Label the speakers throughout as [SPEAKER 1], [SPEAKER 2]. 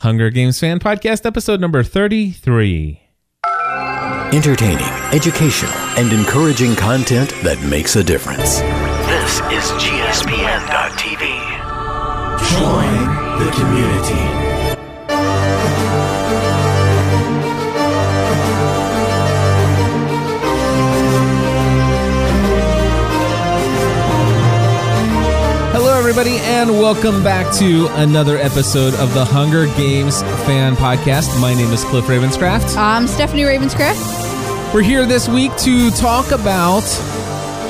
[SPEAKER 1] Hunger Games Fan Podcast, episode number 33.
[SPEAKER 2] Entertaining, educational, and encouraging content that makes a difference.
[SPEAKER 3] This is GSPN.TV.
[SPEAKER 4] Join the community.
[SPEAKER 1] Hello, everybody, and welcome back to another episode of the Hunger Games Fan Podcast. My name is Cliff Ravenscraft.
[SPEAKER 5] I'm Um, Stephanie Ravenscraft.
[SPEAKER 1] We're here this week to talk about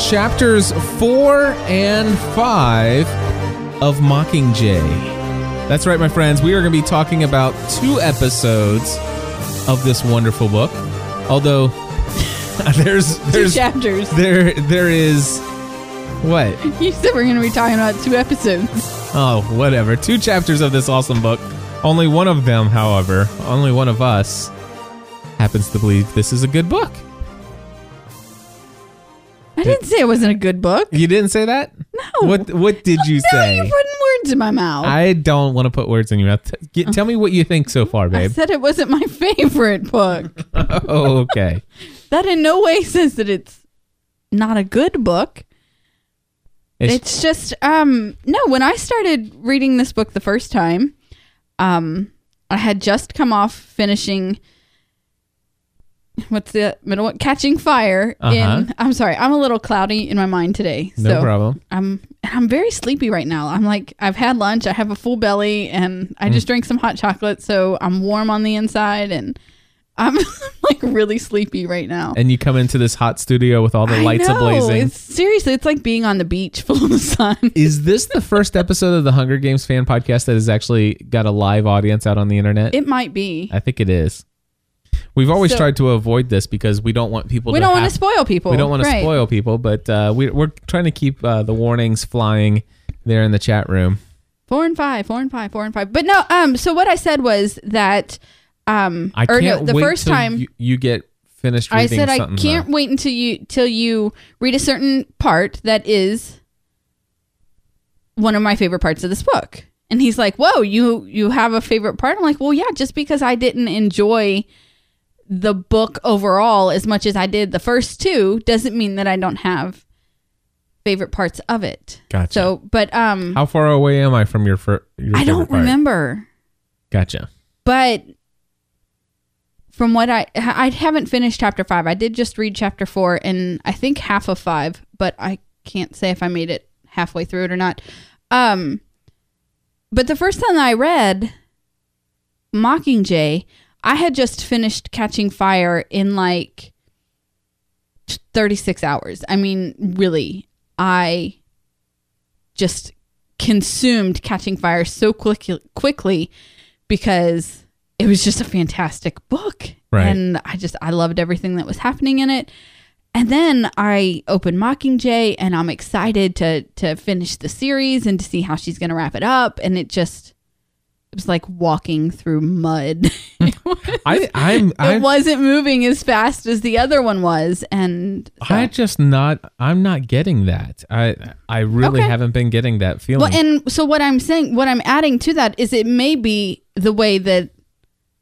[SPEAKER 1] chapters four and five of Mockingjay. That's right, my friends. We are going to be talking about two episodes of this wonderful book. Although there's
[SPEAKER 5] Two
[SPEAKER 1] there's
[SPEAKER 5] chapters.
[SPEAKER 1] there there is what
[SPEAKER 5] You said we're going to be talking about two episodes.
[SPEAKER 1] Oh, whatever. Two chapters of this awesome book. Only one of them, however, only one of us happens to believe this is a good book.
[SPEAKER 5] I didn't say it wasn't a good book. Oh,
[SPEAKER 1] You didn't say that? No. What what did you
[SPEAKER 5] Now
[SPEAKER 1] say?
[SPEAKER 5] you're putting words in my mouth. I,
[SPEAKER 1] I don't want to put words in your mouth. T- Get, tell me what you think so far, babe.
[SPEAKER 5] said it wasn't my favorite book.
[SPEAKER 1] Oh, okay.
[SPEAKER 5] that in no way says that it's not a good book.
[SPEAKER 1] It's-
[SPEAKER 5] It's just um no, when I started reading this book the first time, um I had just come off finishing what's the middle one? Catching Fire
[SPEAKER 1] Uh-huh.
[SPEAKER 5] in I'm sorry, I'm a little cloudy in my mind today.
[SPEAKER 1] no
[SPEAKER 5] so
[SPEAKER 1] problem.
[SPEAKER 5] I'm and I'm very sleepy right now. I'm like I've had lunch, I have a full belly, and
[SPEAKER 1] Hmm.
[SPEAKER 5] I just drank some hot chocolate, so I'm warm on the inside, and I'm like really sleepy right now.
[SPEAKER 1] And you come into this hot studio with all the
[SPEAKER 5] I
[SPEAKER 1] lights
[SPEAKER 5] know,
[SPEAKER 1] ablazing.
[SPEAKER 5] It's, seriously, it's like being on the beach full of the sun.
[SPEAKER 1] Is this the first episode of the Hunger Games fan podcast that has actually got a live audience out on the internet?
[SPEAKER 5] It might be.
[SPEAKER 1] I think it is. We've always
[SPEAKER 5] So-
[SPEAKER 1] tried to avoid this because we don't want people.
[SPEAKER 5] We
[SPEAKER 1] to
[SPEAKER 5] don't want
[SPEAKER 1] have-
[SPEAKER 5] to spoil people.
[SPEAKER 1] We don't want to
[SPEAKER 5] Right.
[SPEAKER 1] spoil people, but uh, we, we're trying to keep uh, the warnings flying there in the chat room.
[SPEAKER 5] Four and five, four and five, four and five. But no, um. So what I said was that, um.
[SPEAKER 1] I
[SPEAKER 5] or
[SPEAKER 1] can't
[SPEAKER 5] no, the
[SPEAKER 1] wait
[SPEAKER 5] first
[SPEAKER 1] till
[SPEAKER 5] time
[SPEAKER 1] you, you get finished.
[SPEAKER 5] I
[SPEAKER 1] Reading
[SPEAKER 5] said I
[SPEAKER 1] something, uh,
[SPEAKER 5] can't
[SPEAKER 1] though.
[SPEAKER 5] wait until you till you read a certain part that is one of my favorite parts of this book. And he's like, "Whoa, you you have a favorite part?" I'm like, "Well, yeah, just because I didn't enjoy the book overall as much as I did the first two doesn't mean that I don't have favorite parts of it."
[SPEAKER 1] Gotcha.
[SPEAKER 5] So, but um
[SPEAKER 1] How far away am I from your? Fir- your
[SPEAKER 5] I
[SPEAKER 1] favorite
[SPEAKER 5] don't
[SPEAKER 1] part?
[SPEAKER 5] remember
[SPEAKER 1] Gotcha.
[SPEAKER 5] but from what I I haven't finished chapter five. I did just read chapter four and I think half of five, but I can't say if I made it halfway through it or not. Um, but the first time I read Mockingjay, I had just finished Catching Fire in like thirty six hours. I mean, really, I just consumed Catching Fire so quick, quickly because it was just a fantastic book.
[SPEAKER 1] Right.
[SPEAKER 5] And I just, I loved everything that was happening in it. And then I open Mockingjay and I'm excited to to finish the series and to see how she's going to wrap it up and it just it was like walking through mud.
[SPEAKER 1] I I'm
[SPEAKER 5] it
[SPEAKER 1] I,
[SPEAKER 5] wasn't moving as fast as the other one was and so-
[SPEAKER 1] I just not I'm not getting that. I I really
[SPEAKER 5] Okay.
[SPEAKER 1] haven't been getting that feeling.
[SPEAKER 5] Well, and so what I'm saying, what I'm adding to that is it may be the way that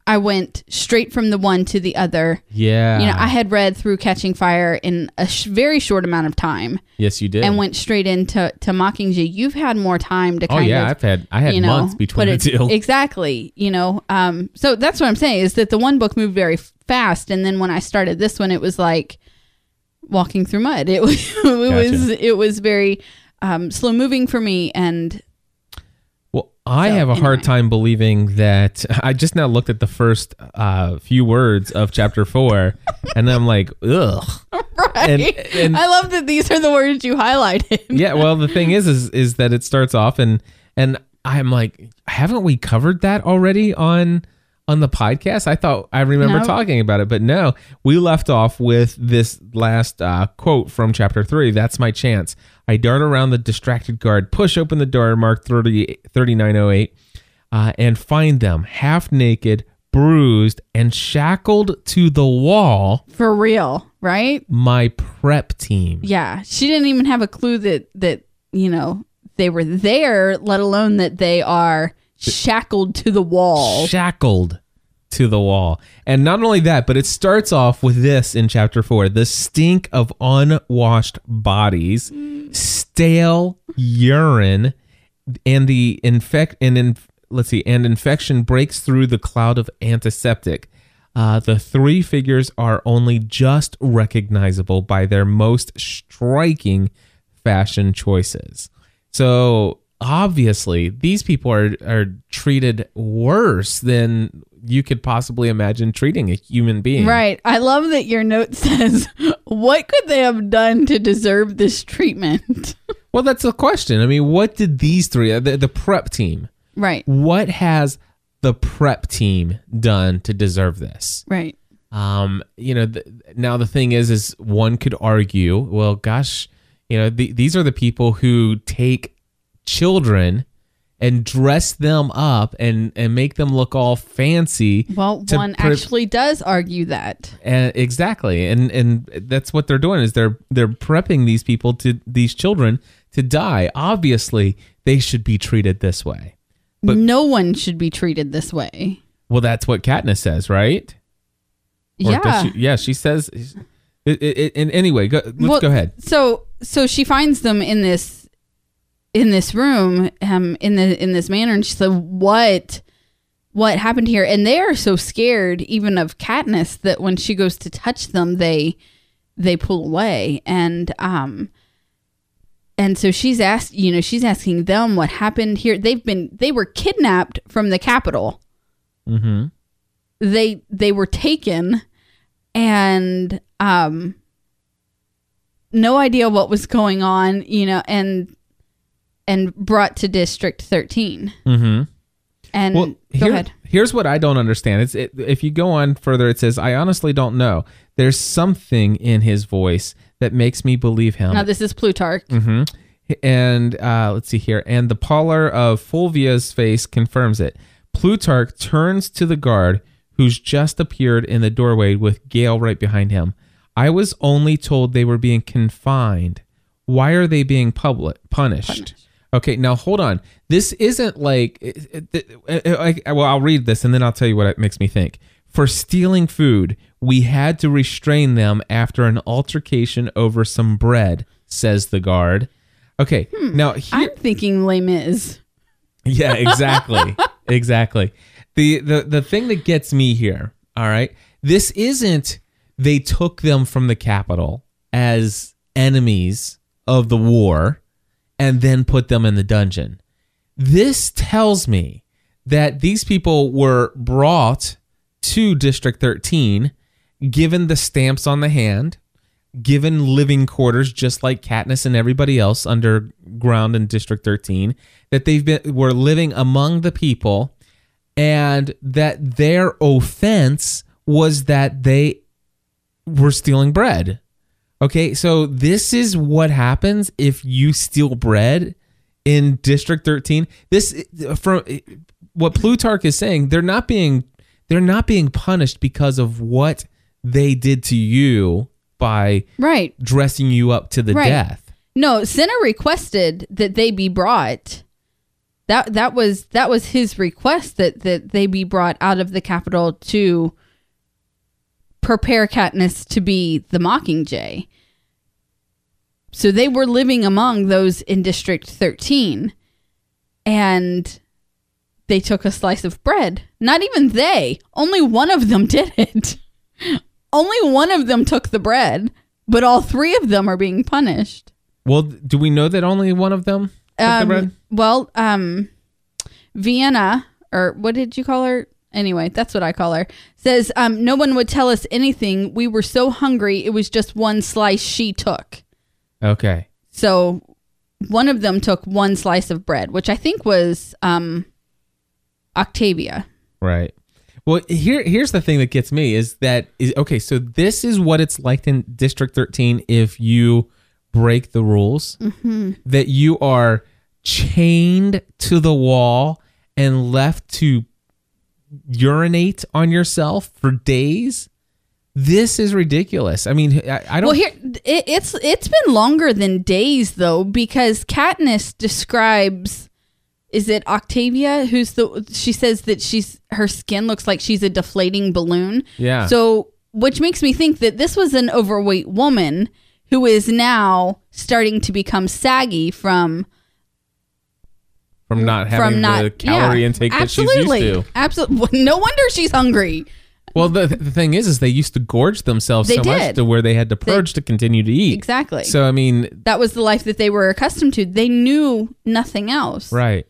[SPEAKER 5] I went straight from the one to the other.
[SPEAKER 1] yeah.
[SPEAKER 5] You know, I had read through Catching Fire in a sh- very short amount of time
[SPEAKER 1] yes, you did.
[SPEAKER 5] and went straight into to Mockingjay. You've had more time to
[SPEAKER 1] oh
[SPEAKER 5] kind
[SPEAKER 1] yeah,
[SPEAKER 5] of
[SPEAKER 1] I've had I had
[SPEAKER 5] you know,
[SPEAKER 1] months between
[SPEAKER 5] put
[SPEAKER 1] the
[SPEAKER 5] it-
[SPEAKER 1] two.
[SPEAKER 5] Exactly. You know, um, so that's what I'm saying is that the one book moved very f- fast, and then when I started this one, it was like walking through mud. It was it was it was very um, slow moving for me, and
[SPEAKER 1] Well, I
[SPEAKER 5] So,
[SPEAKER 1] have a hard
[SPEAKER 5] anyway.
[SPEAKER 1] time believing that. I just now looked at the first uh, few words of chapter four, and I'm like, ugh.
[SPEAKER 5] right.
[SPEAKER 1] And- and-
[SPEAKER 5] I love that these are the words you highlighted.
[SPEAKER 1] Yeah. Well, the thing is, is is that it starts off, and and I'm like, haven't we covered that already on on the podcast? I thought I remember
[SPEAKER 5] No.
[SPEAKER 1] talking about it, but no, we left off with this last uh, quote from chapter three. That's my chance. I dart around the distracted guard, push open the door marked 30, 3908, uh, and find them half naked, bruised, and shackled to the wall.
[SPEAKER 5] For real, right?
[SPEAKER 1] My prep team.
[SPEAKER 5] Yeah, she didn't even have a clue that that you know they were there, let alone that they are shackled to the wall.
[SPEAKER 1] shackled to the wall. And not only that, but it starts off with this in chapter four the stink of unwashed bodies, stale urine, and the infect and in, let's see, and infection breaks through the cloud of antiseptic. Uh, the three figures are only just recognizable by their most striking fashion choices. So obviously, these people are are treated worse than you could possibly imagine treating a human being.
[SPEAKER 5] Right. I love that your note says, "What could they have done to deserve this treatment?"
[SPEAKER 1] Well, that's the question. I mean, what did these three, the, the prep team,
[SPEAKER 5] right.
[SPEAKER 1] what has the prep team done to deserve this?
[SPEAKER 5] Right.
[SPEAKER 1] Um, you know, th- now the thing is, is one could argue, well, gosh, you know, the, these are the people who take children and dress them up and and make them look all fancy.
[SPEAKER 5] Well,
[SPEAKER 1] to
[SPEAKER 5] one
[SPEAKER 1] pre-
[SPEAKER 5] actually does argue that.
[SPEAKER 1] and, exactly, and and that's what they're doing is they're they're prepping these people to these children to die. Obviously, they should be treated this way. But-
[SPEAKER 5] no one should be treated this way.
[SPEAKER 1] Well, that's what Katniss says, right? Or does
[SPEAKER 5] yeah.
[SPEAKER 1] she, yeah, she says. It, it, it- and anyway, go, let's
[SPEAKER 5] Well,
[SPEAKER 1] go ahead.
[SPEAKER 5] So so she finds them in this in this room, um, in the in this manner, and she said, "What, what happened here?" And they are so scared, even of Katniss, that when she goes to touch them, they they pull away, and um, and so she's asked, you know, she's asking them what happened here. They've been they were kidnapped from the capital. Mm-hmm. They they were taken, and um no idea what was going on, you know, and and brought to District 13. Mm-hmm. And
[SPEAKER 1] Well,
[SPEAKER 5] go
[SPEAKER 1] here-
[SPEAKER 5] ahead.
[SPEAKER 1] Here's what I don't understand. It's it, if you go on further, it says, "I honestly don't know. There's something in his voice that makes me believe him."
[SPEAKER 5] Now this is Plutarch.
[SPEAKER 1] and uh, let's see here. And the pallor of Fulvia's face confirms it. Plutarch turns to the guard who's just appeared in the doorway with Gale right behind him. I was only told they were being confined. Why are they being public punished? Okay, now hold on. This isn't like it- it- it- I- well, I'll read this and then I'll tell you what it makes me think. For stealing food, we had to restrain them after an altercation over some bread, says the guard. Okay, now here,
[SPEAKER 5] I'm thinking Les Mis.
[SPEAKER 1] yeah, exactly. exactly. The, the the thing that gets me here, all right? This isn't they took them from the capital as enemies of the war and then put them in the dungeon. This tells me that these people were brought to District 13 given the stamps on the hand, given living quarters just like Katniss and everybody else underground in District 13 that they've been were living among the people and that their offense was that they were stealing bread. Okay, so this is what happens if you steal bread in District 13. This from what Plutarch is saying, they're not being they're not being punished because of what they did to you by
[SPEAKER 5] Right.
[SPEAKER 1] dressing you up to the
[SPEAKER 5] Right.
[SPEAKER 1] death.
[SPEAKER 5] No, Senna requested that they be brought. That that was that was his request that that they be brought out of the capital to prepare Katniss to be the Mockingjay. So they were living among those in District 13 and they took a slice of bread. Not even they. Only one of them did it. Only one of them took the bread, but all three of them are being punished.
[SPEAKER 1] Well, do we know that only one of them took the
[SPEAKER 5] Um,
[SPEAKER 1] bread?
[SPEAKER 5] Well, um, Vienna, or what did you call her? Anyway, that's what I call her. Says, um, no one would tell us anything. We were so hungry. It was just one slice she took.
[SPEAKER 1] Okay.
[SPEAKER 5] So one of them took one slice of bread, which I think was um, Octavia.
[SPEAKER 1] Right. Well, here here's the thing that gets me is that is okay, so this is what it's like in District 13 if you break the rules
[SPEAKER 5] Mm-hmm.
[SPEAKER 1] that you are chained to the wall and left to urinate on yourself for days. This is ridiculous. I mean, I, I don't
[SPEAKER 5] Well, here it, it's it's been longer than days though because Katniss describes is it Octavia who's the she says that she's her skin looks like she's a deflating balloon.
[SPEAKER 1] Yeah.
[SPEAKER 5] So which makes me think that this was an overweight woman who is now starting to become saggy from
[SPEAKER 1] from not having
[SPEAKER 5] from
[SPEAKER 1] the
[SPEAKER 5] not
[SPEAKER 1] calorie
[SPEAKER 5] yeah,
[SPEAKER 1] intake that
[SPEAKER 5] absolutely,
[SPEAKER 1] she's used to.
[SPEAKER 5] Absolutely. No wonder she's hungry.
[SPEAKER 1] Well, the, the thing is, is they used to gorge themselves
[SPEAKER 5] They
[SPEAKER 1] so much
[SPEAKER 5] did.
[SPEAKER 1] to where they had to purge to continue to eat.
[SPEAKER 5] Exactly.
[SPEAKER 1] So I mean,
[SPEAKER 5] that was the life that they were accustomed to. They knew nothing else.
[SPEAKER 1] right.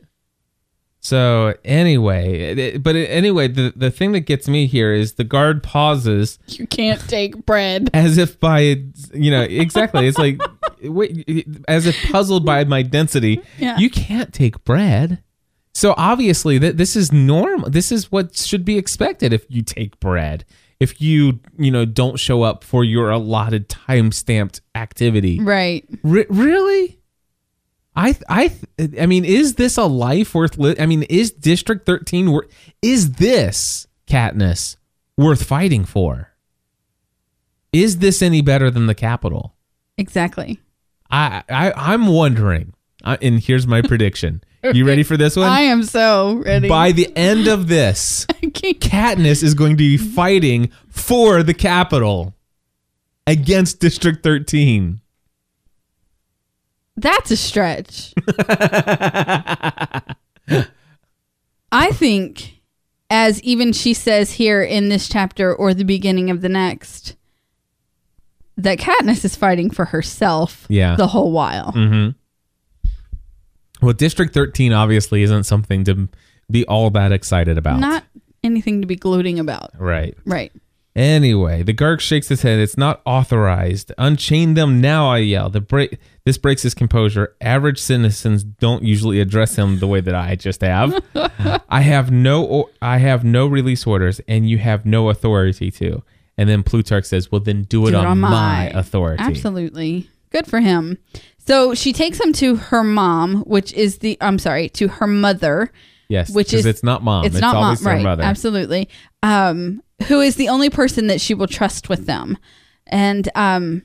[SPEAKER 1] So anyway, it- it- but anyway, the the thing that gets me here is the guard pauses
[SPEAKER 5] You can't take bread.
[SPEAKER 1] as if by you know exactly. It's like wait, as if puzzled by my density.
[SPEAKER 5] Yeah.
[SPEAKER 1] You can't take bread. So obviously, that this is normal. This is what should be expected if you take bread. If you you know don't show up for your allotted time stamped activity.
[SPEAKER 5] Right.
[SPEAKER 1] Re- really? I th- I th- I mean, is this a life worth? Li- I mean, is District Thirteen worth? Is this Katniss worth fighting for? Is this any better than the Capitol?
[SPEAKER 5] Exactly.
[SPEAKER 1] I I I'm wondering. I, and here's my prediction. You ready for this one?
[SPEAKER 5] I am so ready.
[SPEAKER 1] By the end of this,
[SPEAKER 5] I can't-
[SPEAKER 1] Katniss is going to be fighting for the Capitol against District Thirteen.
[SPEAKER 5] That's a stretch. I think, as even she says here in this chapter or the beginning of the next, that Katniss is fighting for herself
[SPEAKER 1] Yeah.
[SPEAKER 5] the whole while.
[SPEAKER 1] Well, District 13 obviously isn't something to be all that excited about.
[SPEAKER 5] Not anything to be gloating about.
[SPEAKER 1] right.
[SPEAKER 5] Right.
[SPEAKER 1] Anyway, the Garg shakes his head. It's not authorized. Unchain them now, I yell. The break this breaks his composure. Average citizens don't usually address him the way that I just have. I have no or- I have no release orders and you have no authority to. And then Plutarch says, "Well, then do it, on, my, authority."
[SPEAKER 5] Absolutely. Good for him. So she takes him to her mom, which is the, I'm sorry, to her mother.
[SPEAKER 1] Yes,
[SPEAKER 5] Which
[SPEAKER 1] 'cause
[SPEAKER 5] is-
[SPEAKER 1] it's not mom. It's,
[SPEAKER 5] it's, not mom,
[SPEAKER 1] always
[SPEAKER 5] right?
[SPEAKER 1] their mother.
[SPEAKER 5] Absolutely. Um, who is the only person that she will trust with them, and um,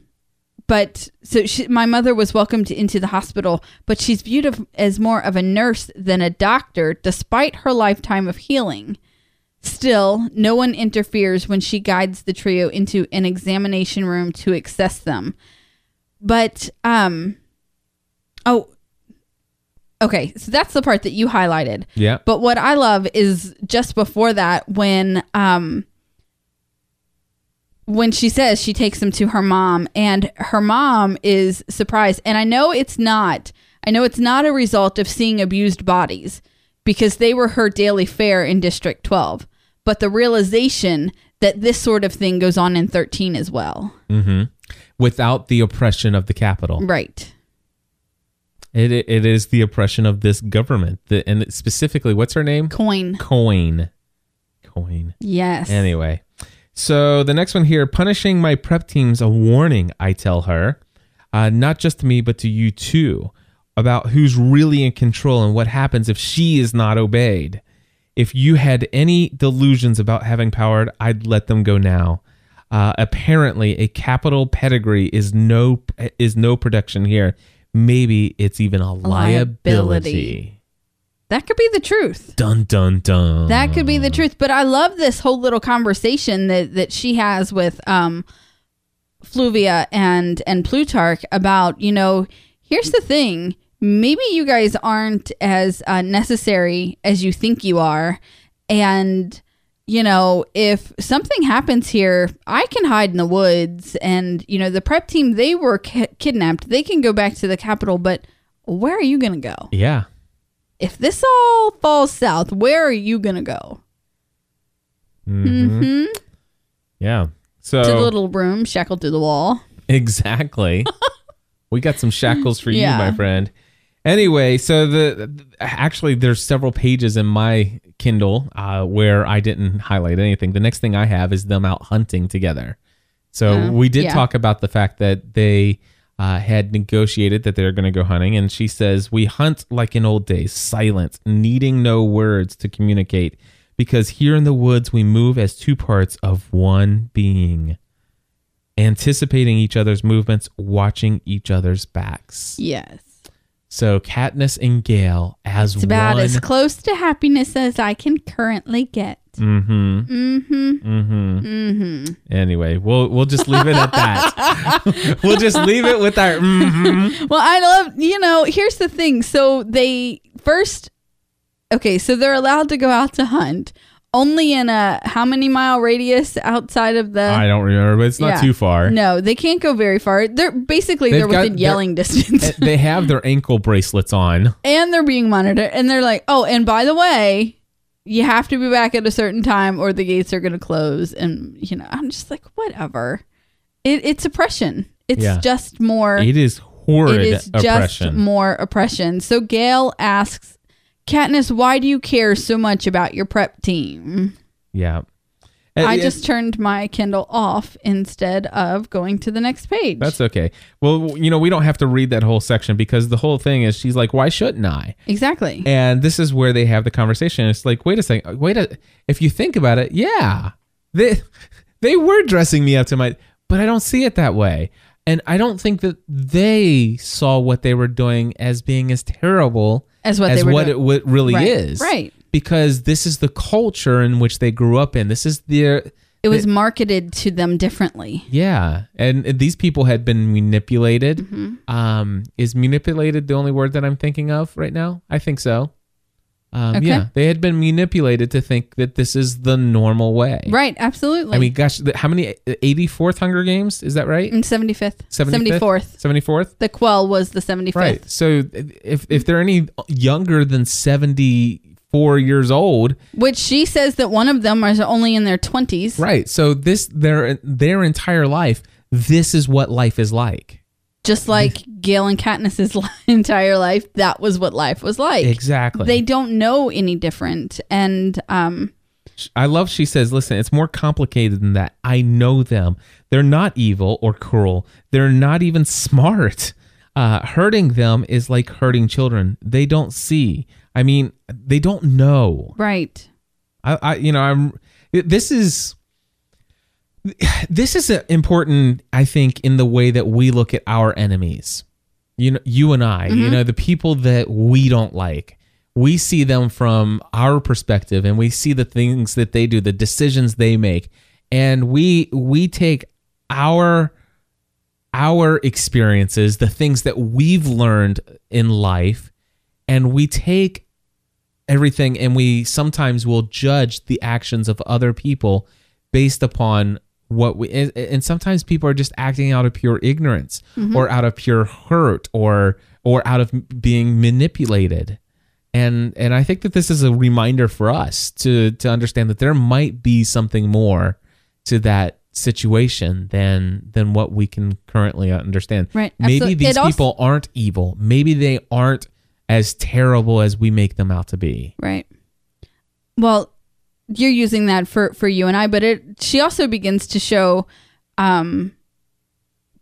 [SPEAKER 5] but so she, my mother was welcomed into the hospital, but she's viewed of- as more of a nurse than a doctor, despite her lifetime of healing. Still, no one interferes when she guides the trio into an examination room to access them. But um, oh, okay, so that's the part that you highlighted.
[SPEAKER 1] Yeah.
[SPEAKER 5] But what I love is just before that when um when she says she takes him to her mom and her mom is surprised and I know it's not I know it's not a result of seeing abused bodies because they were her daily fare in district 12 but the realization that this sort of thing goes on in 13 as well.
[SPEAKER 1] Without the oppression of the capital.
[SPEAKER 5] Right.
[SPEAKER 1] It it is the oppression of this government, the, and it- specifically, what's her name?
[SPEAKER 5] Coin.
[SPEAKER 1] Coin, coin.
[SPEAKER 5] Yes.
[SPEAKER 1] Anyway, so the next one here, punishing my prep team's a warning. I tell her, uh, not just to me, but to you too, about who's really in control and what happens if she is not obeyed. If you had any delusions about having power, I'd let them go now. Uh, apparently, a capital pedigree is no is no protection here. Maybe it's even a liability.
[SPEAKER 5] liability. that could be the truth.
[SPEAKER 1] Dun dun dun.
[SPEAKER 5] That could be the truth. But I love this whole little conversation that, that she has with um, Fluvia and and Plutarch about you know here's the thing maybe you guys aren't as uh, necessary as you think you are, and you know if something happens here I can hide in the woods and you know the prep team they were ki- kidnapped they can go back to the capital but where are you gonna go
[SPEAKER 1] Yeah.
[SPEAKER 5] if this all falls south where are you gonna go.
[SPEAKER 1] Mm-hmm. Yeah. So
[SPEAKER 5] Mm-hmm. to the little room shackled to the wall.
[SPEAKER 1] Exactly. we got some shackles for
[SPEAKER 5] Yeah.
[SPEAKER 1] you, my friend. Anyway, so the, the- actually there's several pages in my Kindle uh, where I didn't highlight anything. The next thing I have is them out hunting together. So
[SPEAKER 5] Yeah.
[SPEAKER 1] we did
[SPEAKER 5] Yeah.
[SPEAKER 1] talk about the fact that they uh, had negotiated that they're going to go hunting, and she says we hunt like in old days, silent, needing no words to communicate, because here in the woods we move as two parts of one being anticipating each other's movements, watching each other's backs.
[SPEAKER 5] Yes.
[SPEAKER 1] So Katniss and Gale as
[SPEAKER 5] It's about
[SPEAKER 1] one.
[SPEAKER 5] as close to happiness as I can currently get.
[SPEAKER 1] mm-hmm.
[SPEAKER 5] Mm-hmm.
[SPEAKER 1] Mm-hmm.
[SPEAKER 5] Mm-hmm.
[SPEAKER 1] Anyway, we'll we'll just leave it at that. we'll just leave it with our. hmm
[SPEAKER 5] Well, I love, you know, here's the thing. So they first, okay, so they're allowed to go out to hunt only in a how many mile radius outside of the.
[SPEAKER 1] I don't remember, but it's not
[SPEAKER 5] Yeah.
[SPEAKER 1] too far.
[SPEAKER 5] No, they can't go very far. They're basically
[SPEAKER 1] They've
[SPEAKER 5] they're
[SPEAKER 1] got-
[SPEAKER 5] within
[SPEAKER 1] they're-
[SPEAKER 5] yelling distance,
[SPEAKER 1] Eh, they have their ankle bracelets on.
[SPEAKER 5] and they're being monitored. And they're like, oh, and by the way, you have to be back at a certain time, or the gates are going to close. And you know, I'm just like, whatever. It, it's oppression. It's
[SPEAKER 1] Yeah.
[SPEAKER 5] just more.
[SPEAKER 1] It is horrid
[SPEAKER 5] it is just
[SPEAKER 1] oppression.
[SPEAKER 5] more oppression. So Gail asks Katniss, "Why do you care so much about your prep team?"
[SPEAKER 1] yeah. Eh,
[SPEAKER 5] I
[SPEAKER 1] eh,
[SPEAKER 5] just turned my Kindle off instead of going to the next page.
[SPEAKER 1] That's okay. Well, you know, we don't have to read that whole section because the whole thing is she's like, why shouldn't I?
[SPEAKER 5] exactly.
[SPEAKER 1] And this is where they have the conversation. It's like, wait a second. uh, Wait a. If you think about it, yeah, they they were dressing me up to my, but I don't see it that way. And I don't think that they saw what they were doing as being as terrible
[SPEAKER 5] As what they were
[SPEAKER 1] what
[SPEAKER 5] doing.
[SPEAKER 1] it what really
[SPEAKER 5] Right.
[SPEAKER 1] is.
[SPEAKER 5] Right.
[SPEAKER 1] Because this is the culture in which they grew up in. This is their
[SPEAKER 5] It was marketed to them differently.
[SPEAKER 1] yeah, and these people had been manipulated.
[SPEAKER 5] Mm-hmm.
[SPEAKER 1] Um, is manipulated the only word that I'm thinking of right now? I think so. Um,
[SPEAKER 5] Okay.
[SPEAKER 1] Yeah, they had been manipulated to think that this is the normal way.
[SPEAKER 5] Right, absolutely.
[SPEAKER 1] I mean, gosh, th- how many? 84th Hunger Games? Is that right?
[SPEAKER 5] and 75th,
[SPEAKER 1] 75th?
[SPEAKER 5] 74th.
[SPEAKER 1] 74th?
[SPEAKER 5] Mm, The quell was the 75th.
[SPEAKER 1] Right. So if, if they're any younger than 74 years old,
[SPEAKER 5] Which she says that one of them is only in their 20s.
[SPEAKER 1] right. So this, their, their entire life, this is what life is like.
[SPEAKER 5] Just like Gail and Katniss's li- entire life, that was what life was like.
[SPEAKER 1] Exactly.
[SPEAKER 5] They don't know any different. And um,
[SPEAKER 1] I love she says, listen, it's more complicated than that. I know them. They're not evil or cruel. They're not even smart. Uh, hurting them is like hurting children. They don't see. I mean, they don't know.
[SPEAKER 5] right.
[SPEAKER 1] I, I you know, I'm this is this is a- important, I think, in the way that we look at our enemies. You know, you and I, you know, the people that we don't like. We see them from our perspective and we see the things that they do, the decisions they make, and we we take our our experiences, the things that we've learned in life, and we take everything and we sometimes will judge the actions of other people based upon what we and, and sometimes people are just acting out of pure ignorance
[SPEAKER 5] Mm-hmm.
[SPEAKER 1] or out of pure hurt or or out of being manipulated and and i think that this is a reminder for us to to understand that there might be something more to that situation than than what we can currently understand
[SPEAKER 5] Right,
[SPEAKER 1] maybe
[SPEAKER 5] absolutely.
[SPEAKER 1] these
[SPEAKER 5] It also-
[SPEAKER 1] people aren't evil maybe they aren't as terrible as we make them out to be
[SPEAKER 5] Right. Well, you're using that for for you and I, but it she also begins to show um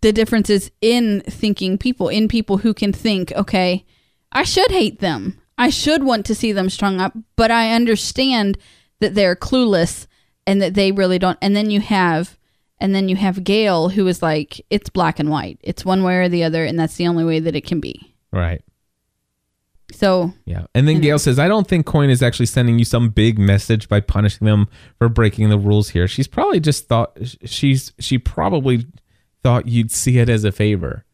[SPEAKER 5] the differences in thinking people, in people who can think, okay, I should hate them. I should want to see them strung up, but I understand that they're clueless and that they really don't. And then you have and then you have Gail who is like it's black and white. It's one way or the other and that's the only way that it can be.
[SPEAKER 1] right
[SPEAKER 5] So,
[SPEAKER 1] Yeah. And
[SPEAKER 5] Hmm.
[SPEAKER 1] then Gail says, I don't think Coin is actually sending you some big message by punishing them for breaking the rules here. She's probably just thought she's she probably thought you'd see it as a favor.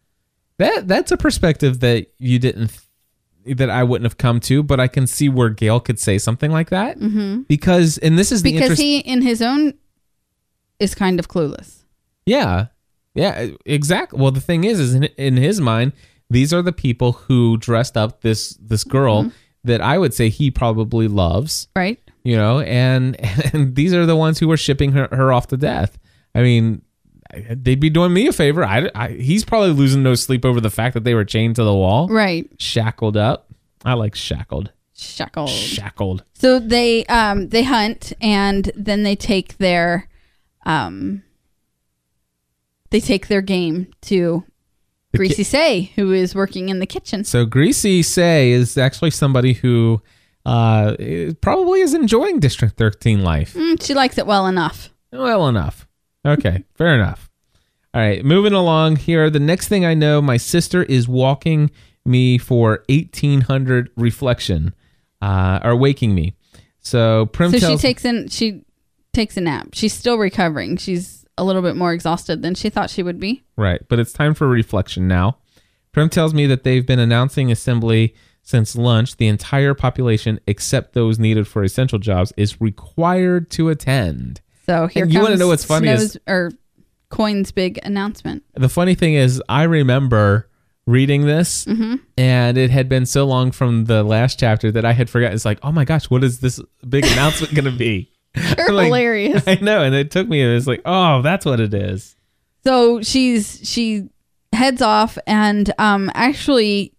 [SPEAKER 1] That that's a perspective that you didn't that I wouldn't have come to, but I can see where Gail could say something like that. Mm-hmm. Because and this is the
[SPEAKER 5] because
[SPEAKER 1] interest-
[SPEAKER 5] he in his own is kind of clueless.
[SPEAKER 1] Yeah. Yeah, e, exactly. Well, the thing is is in, in his mind, these are the people who dressed up this this girl
[SPEAKER 5] Mm-hmm.
[SPEAKER 1] that I would say he probably loves.
[SPEAKER 5] right?
[SPEAKER 1] you know and and these are the ones who are shipping her, her off to death i mean they'd be doing me a favor I, I- he's probably losing no sleep over the fact that they were chained to the wall
[SPEAKER 5] Right.
[SPEAKER 1] shackled up i like shackled
[SPEAKER 5] Shackled.
[SPEAKER 1] shackled
[SPEAKER 5] So they um they hunt and then they take their um they take their game to
[SPEAKER 1] The
[SPEAKER 5] Greasy
[SPEAKER 1] ki-
[SPEAKER 5] Say, who is working in the kitchen.
[SPEAKER 1] so greasy say is actually somebody who uh is- probably is enjoying district 13 life
[SPEAKER 5] Mm, she likes it well enough.
[SPEAKER 1] Well enough. Okay, fair enough. All right, moving along here. The next thing I know, my sister is walking me for 1800 reflection, uh, or waking me. So Prim
[SPEAKER 5] So she
[SPEAKER 1] tells
[SPEAKER 5] takes in she takes a nap. She's still recovering. She's a little bit more exhausted than she thought she would be.
[SPEAKER 1] Right, but it's time for reflection now. Prim tells me that they've been announcing assembly since lunch. The entire population, except those needed for essential jobs, is required to attend.
[SPEAKER 5] So here
[SPEAKER 1] And
[SPEAKER 5] comes
[SPEAKER 1] you wanna know what's funny is-
[SPEAKER 5] Snow's- or Coin's big announcement.
[SPEAKER 1] The funny thing is, I remember reading this,
[SPEAKER 5] Mm-hmm.
[SPEAKER 1] and it had been so long from the last chapter that I had forgotten. It's like, oh my gosh, what is this big announcement going to be?
[SPEAKER 5] You're
[SPEAKER 1] Like,
[SPEAKER 5] hilarious.
[SPEAKER 1] I know, and it took me. It was like, oh, that's what it is.
[SPEAKER 5] So she's she heads off and um actually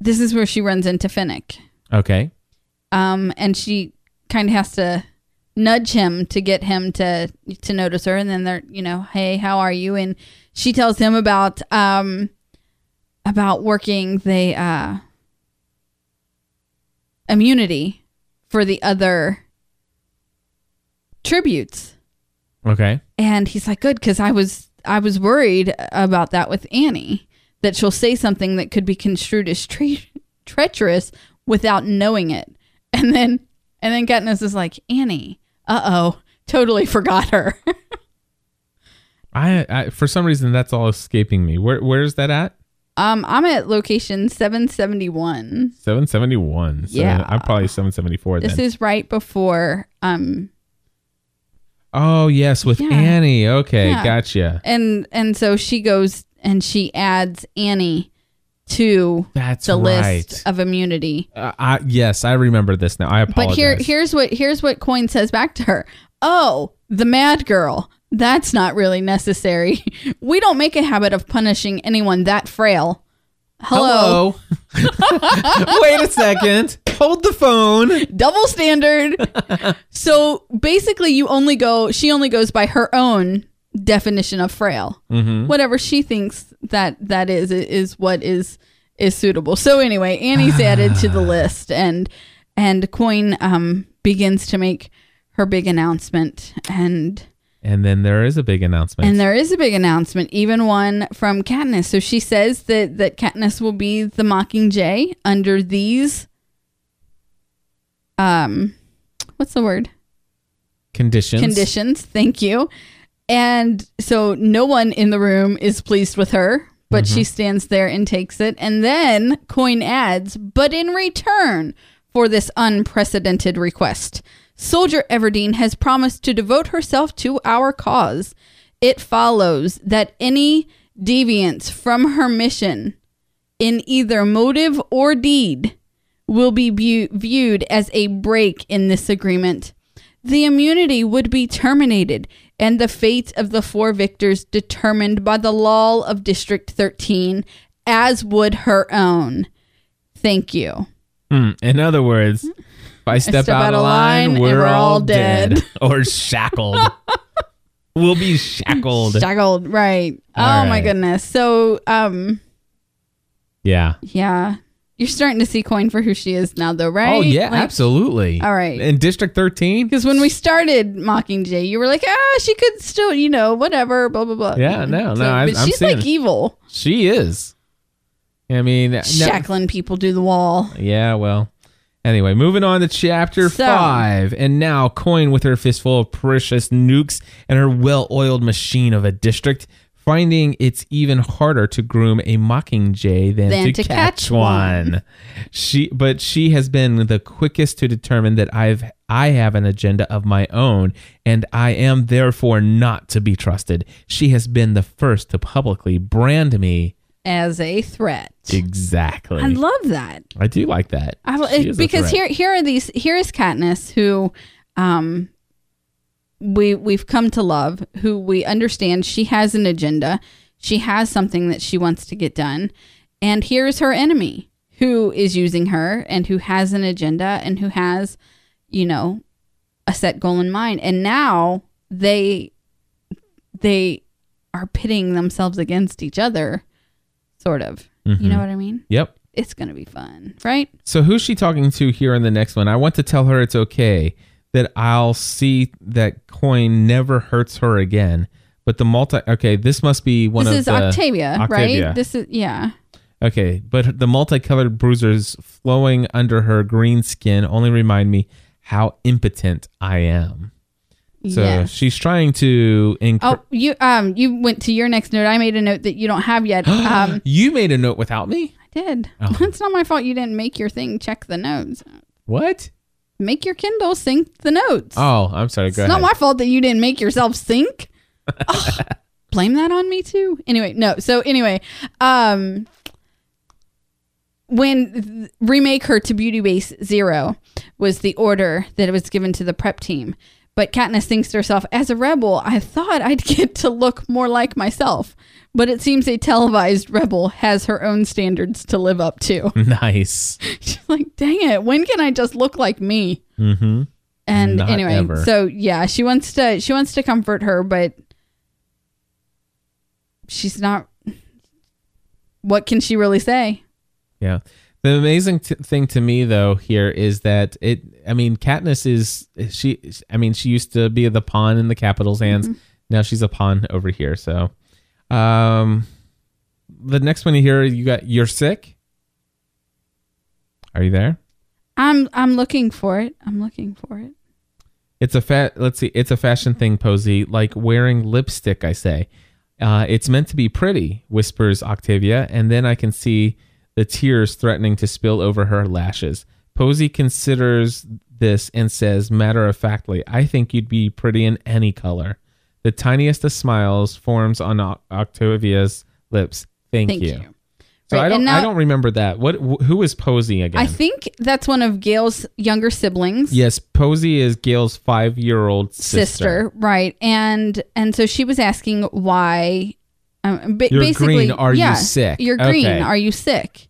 [SPEAKER 5] this is where she runs into Finnick.
[SPEAKER 1] Okay,
[SPEAKER 5] Um and she kind of has to nudge him to get him to to notice her and then they're you know hey how are you and she tells him about um about working the uh immunity for the other tributes
[SPEAKER 1] okay,
[SPEAKER 5] and he's like, "Good, because I was I was worried about that with Annie that she'll say something that could be construed as tre- treacherous without knowing it." And then and then Katniss is like, "Annie, uh oh, totally forgot her."
[SPEAKER 1] I, I for some reason that's all escaping me. Where where's that at?
[SPEAKER 5] um, I'm at location seven seventy one.
[SPEAKER 1] 771. So
[SPEAKER 5] Yeah.
[SPEAKER 1] I'm probably 774
[SPEAKER 5] This
[SPEAKER 1] then.
[SPEAKER 5] is right before um
[SPEAKER 1] oh, yes, with
[SPEAKER 5] Yeah.
[SPEAKER 1] Annie. Okay,
[SPEAKER 5] Yeah.
[SPEAKER 1] gotcha.
[SPEAKER 5] and and so she goes and she adds Annie to
[SPEAKER 1] That's
[SPEAKER 5] the
[SPEAKER 1] right.
[SPEAKER 5] list of immunity.
[SPEAKER 1] Uh, I, yes, I remember this now. I apologize.
[SPEAKER 5] But here, here's what here's what Coin says back to her. Oh, the mad girl. That's not really necessary. We don't make a habit of punishing anyone that frail. Hello,
[SPEAKER 1] Hello. Wait a second. Hold the phone.
[SPEAKER 5] double standard. so basically, you only go. She only goes by her own definition of frail. Whatever she thinks that that is i- is what is is suitable. So anyway, Annie's added to the list, and and Coin um begins to make her big announcement and.
[SPEAKER 1] And then there is a big announcement.
[SPEAKER 5] And there is a big announcement, even one from Katniss. So she says that that Katniss will be the Mockingjay under these um what's the word?
[SPEAKER 1] Conditions.
[SPEAKER 5] Conditions. Thank you. And so no one in the room is pleased with her, but she stands there and takes it. And then Coin adds, but in return for this unprecedented request, Soldier Everdeen has promised to devote herself to our cause. It follows that any deviance from her mission in either motive or deed will be bu- viewed as a break in this agreement. The immunity would be terminated and the fate of the four victors determined by the law of District 13, as would her own. Thank you.
[SPEAKER 1] Hmm, in other words, if I step, out, of line,
[SPEAKER 5] and
[SPEAKER 1] we're, all dead. or shackled. we'll be shackled.
[SPEAKER 5] Shackled, right.
[SPEAKER 1] All
[SPEAKER 5] oh my
[SPEAKER 1] right.
[SPEAKER 5] goodness. So, um,
[SPEAKER 1] yeah.
[SPEAKER 5] yeah. You're starting to see Coin for who she is now, though, right?
[SPEAKER 1] Oh, yeah,
[SPEAKER 5] Like,
[SPEAKER 1] absolutely.
[SPEAKER 5] All right.
[SPEAKER 1] In District 13?
[SPEAKER 5] Because when we started Mockingjay, you were like, ah, she could still, you know, whatever, blah blah blah.
[SPEAKER 1] Yeah, no, no, I-
[SPEAKER 5] but
[SPEAKER 1] I'm
[SPEAKER 5] she's
[SPEAKER 1] seeing
[SPEAKER 5] like
[SPEAKER 1] it.
[SPEAKER 5] evil.
[SPEAKER 1] She is. I mean, no-
[SPEAKER 5] Shackling people to the wall.
[SPEAKER 1] yeah, well. Anyway, moving on to chapter
[SPEAKER 5] So-
[SPEAKER 1] five. And now, Coin, with her fistful of precious nukes and her well oiled machine of a district, finding it's even harder to groom a mockingjay than,
[SPEAKER 5] Than
[SPEAKER 1] to, catch, one. She, but she has been the quickest to determine that I've I have an agenda of my own, and I am therefore not to be trusted. She has been the first to publicly brand me
[SPEAKER 5] as a threat.
[SPEAKER 1] Exactly.
[SPEAKER 5] I
[SPEAKER 1] I,
[SPEAKER 5] love that.
[SPEAKER 1] do like that.
[SPEAKER 5] I, lo-
[SPEAKER 1] She is a
[SPEAKER 5] because
[SPEAKER 1] threat.
[SPEAKER 5] here here are these here is Katniss who um we we've come to love, who we understand she has an agenda. She has something that she wants to get done. And here is her enemy who is using her and who has an agenda and who has, you know, a set goal in mind. And now they they are pitting themselves against each other sort of. You know what I mean?
[SPEAKER 1] Yep.
[SPEAKER 5] it's gonna be fun, right?
[SPEAKER 1] So who's she talking to here in the next one? I want to tell her it's okay that I'll see that coin never hurts her again. But the multi okay, this must be one
[SPEAKER 5] this
[SPEAKER 1] of
[SPEAKER 5] is
[SPEAKER 1] the
[SPEAKER 5] Octavia,
[SPEAKER 1] Octavia.
[SPEAKER 5] right? This is yeah.
[SPEAKER 1] Okay, but the multicolored bruisers flowing under her green skin only remind me how impotent I am. So
[SPEAKER 5] Yes.
[SPEAKER 1] she's trying to. Inc-
[SPEAKER 5] Oh, you um, you went to your next note. I made a note that you don't have yet. um,
[SPEAKER 1] you made a note without me.
[SPEAKER 5] I did.
[SPEAKER 1] Oh.
[SPEAKER 5] It's not my fault. You didn't make your thing. Check the notes.
[SPEAKER 1] What?
[SPEAKER 5] Make your Kindle sync the notes.
[SPEAKER 1] Oh, I'm sorry. Go
[SPEAKER 5] it's
[SPEAKER 1] ahead.
[SPEAKER 5] not my fault that you didn't make yourself sync. Ugh, blame that on me too. Anyway, no. So anyway, um, when th- remake her to Beauty Base Zero was the order that was given to the prep team. But Katniss thinks to herself, as a rebel, I thought I'd get to look more like myself. But it seems a televised rebel has her own standards to live up to.
[SPEAKER 1] nice.
[SPEAKER 5] She's like, dang it, when can I just look like me? Mm-hmm. And
[SPEAKER 1] Not
[SPEAKER 5] anyway,
[SPEAKER 1] ever.
[SPEAKER 5] so yeah, she wants to she wants to comfort her, but she's not. What can she really say?
[SPEAKER 1] Yeah. The amazing t- thing to me though here is that it I mean Katniss is she I mean she used to be the pawn in the capital's hands. Now she's a pawn over here. So um the next one here you got you're sick. Are you there?
[SPEAKER 5] I'm I'm looking for it. I'm looking for it.
[SPEAKER 1] It's a fat. Let's see. It's a fashion thing, Posey. Like wearing lipstick. I say, uh, it's meant to be pretty. Whispers Octavia, and then I can see the tears threatening to spill over her lashes. Posey considers this and says, matter of factly, I think you'd be pretty in any color. The tiniest of smiles forms on Oc- Octavia's lips. Thank,
[SPEAKER 5] Thank
[SPEAKER 1] you.
[SPEAKER 5] you.
[SPEAKER 1] So
[SPEAKER 5] Right,
[SPEAKER 1] I don't.
[SPEAKER 5] and now-
[SPEAKER 1] I don't remember that. What? Wh- who is Posey again?
[SPEAKER 5] I think that's one of Gail's younger siblings.
[SPEAKER 1] yes, Posey is Gail's five-year-old
[SPEAKER 5] sister,
[SPEAKER 1] sister.
[SPEAKER 5] right? And and so she was asking why. Um, ba-
[SPEAKER 1] You're
[SPEAKER 5] basically,
[SPEAKER 1] green, are you
[SPEAKER 5] yeah,
[SPEAKER 1] sick?
[SPEAKER 5] You're green.
[SPEAKER 1] Okay.
[SPEAKER 5] Are you sick?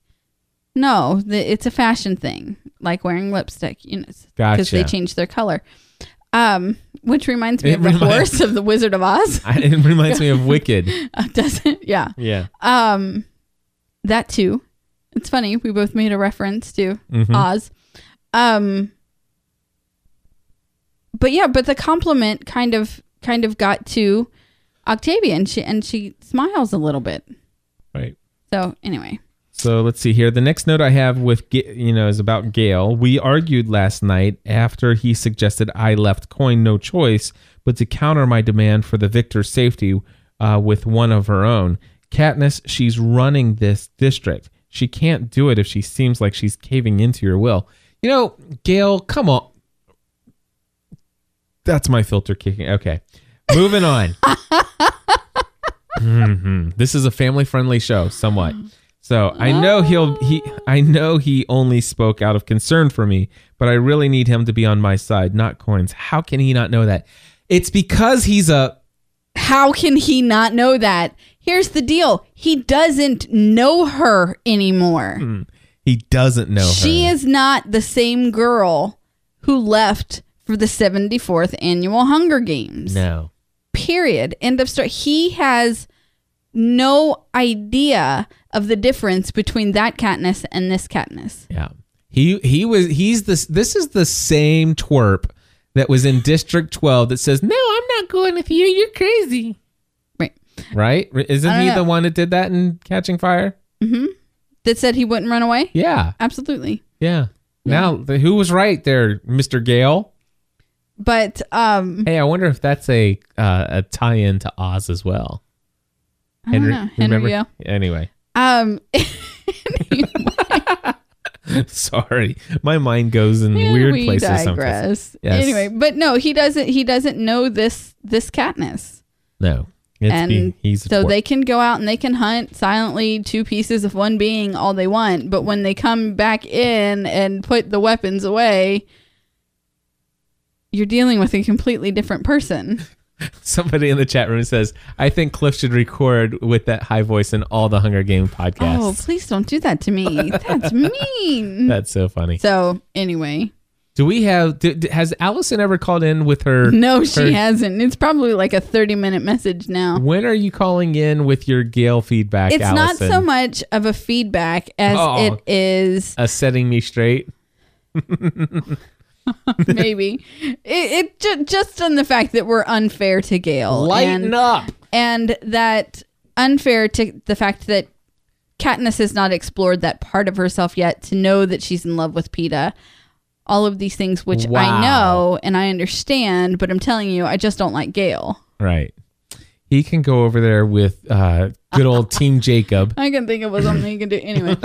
[SPEAKER 5] No, the, it's a fashion thing, like wearing lipstick. You know, because they
[SPEAKER 1] Gotcha.
[SPEAKER 5] change their color. Um, which reminds me
[SPEAKER 1] It
[SPEAKER 5] of the
[SPEAKER 1] reminds-
[SPEAKER 5] horse of the Wizard of Oz.
[SPEAKER 1] I- it reminds me of Wicked.
[SPEAKER 5] Doesn't yeah.
[SPEAKER 1] Yeah.
[SPEAKER 5] Um, that too. It's funny. We both made a reference to
[SPEAKER 1] Mm-hmm.
[SPEAKER 5] Oz. Um, but yeah, but the compliment kind of kind of got to Octavia, and she and she smiles a little bit.
[SPEAKER 1] Right.
[SPEAKER 5] So anyway,
[SPEAKER 1] So let's see here. The next note I have with Ga- you know is about Gail. We argued last night after he suggested I left Coin no choice but to counter my demand for the victor's safety uh, with one of her own. Katniss, she's running this district. She can't do it if she seems like she's caving into your will. You know, Gail, come on. That's my filter kicking. Okay. Moving on. This is a family friendly show, somewhat. So I know he'll he I know he only spoke out of concern for me, but I really need him to be on my side, not coins. How can he not know that? It's because he's a
[SPEAKER 5] how can he not know that? Here's the deal: he doesn't know her anymore.
[SPEAKER 1] he doesn't know her.
[SPEAKER 5] She is not the same girl who left for the 74th annual Hunger Games.
[SPEAKER 1] no.
[SPEAKER 5] period end of story he has no idea of the difference between that Katniss and this Katniss
[SPEAKER 1] Yeah. He he was he's this this is the same twerp that was in District 12 that says, "No, I'm not going with you. You're crazy."
[SPEAKER 5] right
[SPEAKER 1] Right? Isn't
[SPEAKER 5] don't
[SPEAKER 1] he
[SPEAKER 5] know.
[SPEAKER 1] the one that did that in Catching Fire?
[SPEAKER 5] that said he wouldn't run away
[SPEAKER 1] Yeah.
[SPEAKER 5] absolutely
[SPEAKER 1] Yeah. Now, the, who was right there, Mr. Gale?
[SPEAKER 5] but um
[SPEAKER 1] Hey, I wonder if that's a uh, a tie-in to Oz as well.
[SPEAKER 5] I don't know. Henry Gale.
[SPEAKER 1] Anyway,
[SPEAKER 5] um
[SPEAKER 1] sorry, my mind goes in weird
[SPEAKER 5] we
[SPEAKER 1] places sometimes.
[SPEAKER 5] digress
[SPEAKER 1] Yes.
[SPEAKER 5] anyway but no he doesn't he doesn't know this this Katniss
[SPEAKER 1] No, it's
[SPEAKER 5] and
[SPEAKER 1] be- he's a
[SPEAKER 5] so
[SPEAKER 1] twerp.
[SPEAKER 5] they can go out and they can hunt silently two pieces of one being all they want but when they come back in and put the weapons away you're dealing with a completely different person
[SPEAKER 1] Somebody in the chat room says, "I think Cliff should record with that high voice in all the Hunger Game
[SPEAKER 5] oh
[SPEAKER 1] podcasts."
[SPEAKER 5] please don't do that to me that's mean
[SPEAKER 1] That's so funny.
[SPEAKER 5] so anyway
[SPEAKER 1] Do we have? Do, do- has Allison ever called in with her?
[SPEAKER 5] no she
[SPEAKER 1] her-
[SPEAKER 5] hasn't it's probably like a 30 minute message now
[SPEAKER 1] When are you calling in with your Gale feedback?
[SPEAKER 5] it's not
[SPEAKER 1] Allison?
[SPEAKER 5] so much of a feedback as
[SPEAKER 1] Oh.
[SPEAKER 5] it is
[SPEAKER 1] a setting me straight.
[SPEAKER 5] maybe it, it ju- just on the fact that we're unfair to gail
[SPEAKER 1] Lighten
[SPEAKER 5] and-
[SPEAKER 1] up.
[SPEAKER 5] and that unfair to the fact that Katniss has not explored that part of herself yet to know that she's in love with PETA. All of these things, which
[SPEAKER 1] Wow.
[SPEAKER 5] I know and I understand, but I'm telling you, I just don't like Gail.
[SPEAKER 1] Right. He can go over there with uh, good old Team Jacob.
[SPEAKER 5] I can think of something you can do anyway.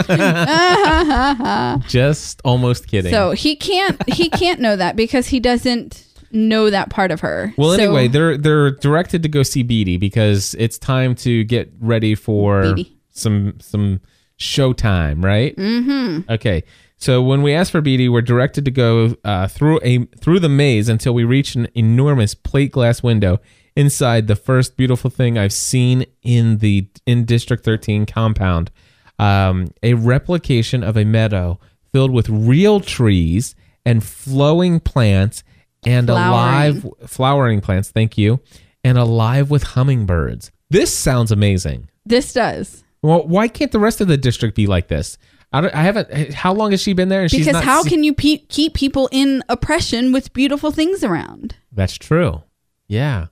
[SPEAKER 1] Just almost kidding.
[SPEAKER 5] so he can't he can't know that because he doesn't know that part of her.
[SPEAKER 1] well,
[SPEAKER 5] So-
[SPEAKER 1] anyway, they're they're directed to go see Beatty because it's time to get ready for
[SPEAKER 5] Beatty.
[SPEAKER 1] some some showtime, right? Mm-hmm. Okay. So when we ask for Beatty, we're directed to go uh, through a through the maze until we reach an enormous plate glass window inside the first beautiful thing I've seen in the in District 13 compound. Um, a replication of a meadow filled with real trees and flowing plants and alive flowering plants. Thank you, and alive with hummingbirds. This sounds amazing.
[SPEAKER 5] this does
[SPEAKER 1] Well, why can't the rest of the district be like this? I, don't, I haven't. How long has she been there? And she's
[SPEAKER 5] because
[SPEAKER 1] not
[SPEAKER 5] how
[SPEAKER 1] se-
[SPEAKER 5] can you pe- keep people in oppression with beautiful things around?
[SPEAKER 1] That's true. Yeah.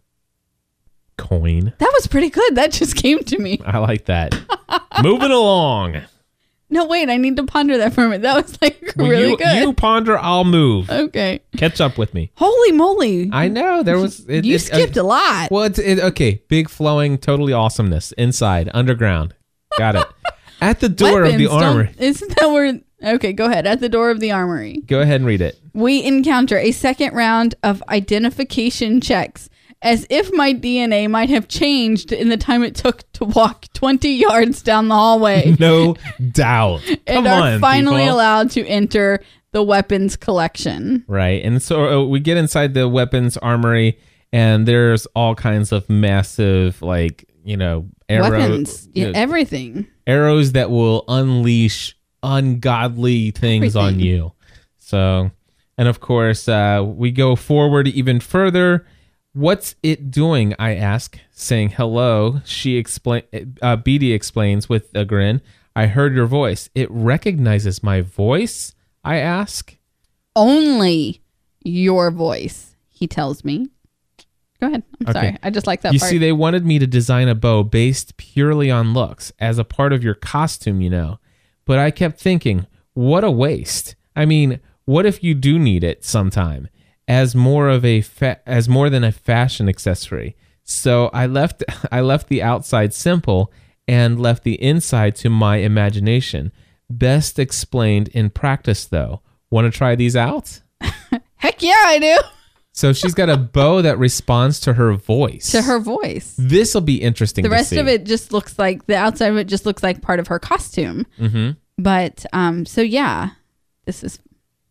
[SPEAKER 1] Coin.
[SPEAKER 5] That was pretty good. That just came to me.
[SPEAKER 1] I like that. Moving along.
[SPEAKER 5] No, wait, I need to ponder that for a minute. That was like
[SPEAKER 1] Well,
[SPEAKER 5] really
[SPEAKER 1] you,
[SPEAKER 5] good.
[SPEAKER 1] you ponder. I'll move.
[SPEAKER 5] okay.
[SPEAKER 1] Catch up with me.
[SPEAKER 5] Holy moly.
[SPEAKER 1] I know there was. It,
[SPEAKER 5] you
[SPEAKER 1] it- uh,
[SPEAKER 5] skipped a lot.
[SPEAKER 1] Well, it's it, okay. Big flowing, totally awesomeness inside, underground. Got it. At the door of the
[SPEAKER 5] Weapons, don't-
[SPEAKER 1] armory.
[SPEAKER 5] Isn't that where? Okay, go ahead. At the door of the armory.
[SPEAKER 1] Go ahead and read it.
[SPEAKER 5] We encounter a second round of identification checks as if my DNA might have changed in the time it took to walk 20 yards down the hallway
[SPEAKER 1] No doubt. Come
[SPEAKER 5] and are
[SPEAKER 1] on,
[SPEAKER 5] finally
[SPEAKER 1] people.
[SPEAKER 5] allowed to enter the weapons collection.
[SPEAKER 1] Right. And so uh, we get inside the weapons armory, and there's all kinds of massive, like, you know, arrows.
[SPEAKER 5] weapons, yeah,
[SPEAKER 1] you know,
[SPEAKER 5] everything.
[SPEAKER 1] arrows that will unleash ungodly things on
[SPEAKER 5] Everything.
[SPEAKER 1] you. So, and of course, uh, we go forward even further. What's it doing? I ask, saying hello. She explain. Uh, Beatty explains with a grin. I heard your voice. It recognizes my voice. I ask.
[SPEAKER 5] Only your voice, he tells me. Go ahead. I'm sorry. I just like that
[SPEAKER 1] you
[SPEAKER 5] part.
[SPEAKER 1] see, they wanted me to design a bow based purely on looks as a part of your costume, you know. But I kept thinking, what a waste. I mean, what if you do need it sometime as more of a fa- as more than a fashion accessory? So I left I left the outside simple and left the inside to my imagination. Best explained in practice though. Want to try these out?
[SPEAKER 5] Heck yeah, I do.
[SPEAKER 1] So she's got a bow that responds to her voice.
[SPEAKER 5] to her voice.
[SPEAKER 1] This will be interesting.
[SPEAKER 5] The
[SPEAKER 1] to
[SPEAKER 5] rest
[SPEAKER 1] see.
[SPEAKER 5] of it just looks like the outside of it just looks like part of her costume.
[SPEAKER 1] Mhm.
[SPEAKER 5] But um, so yeah, this is.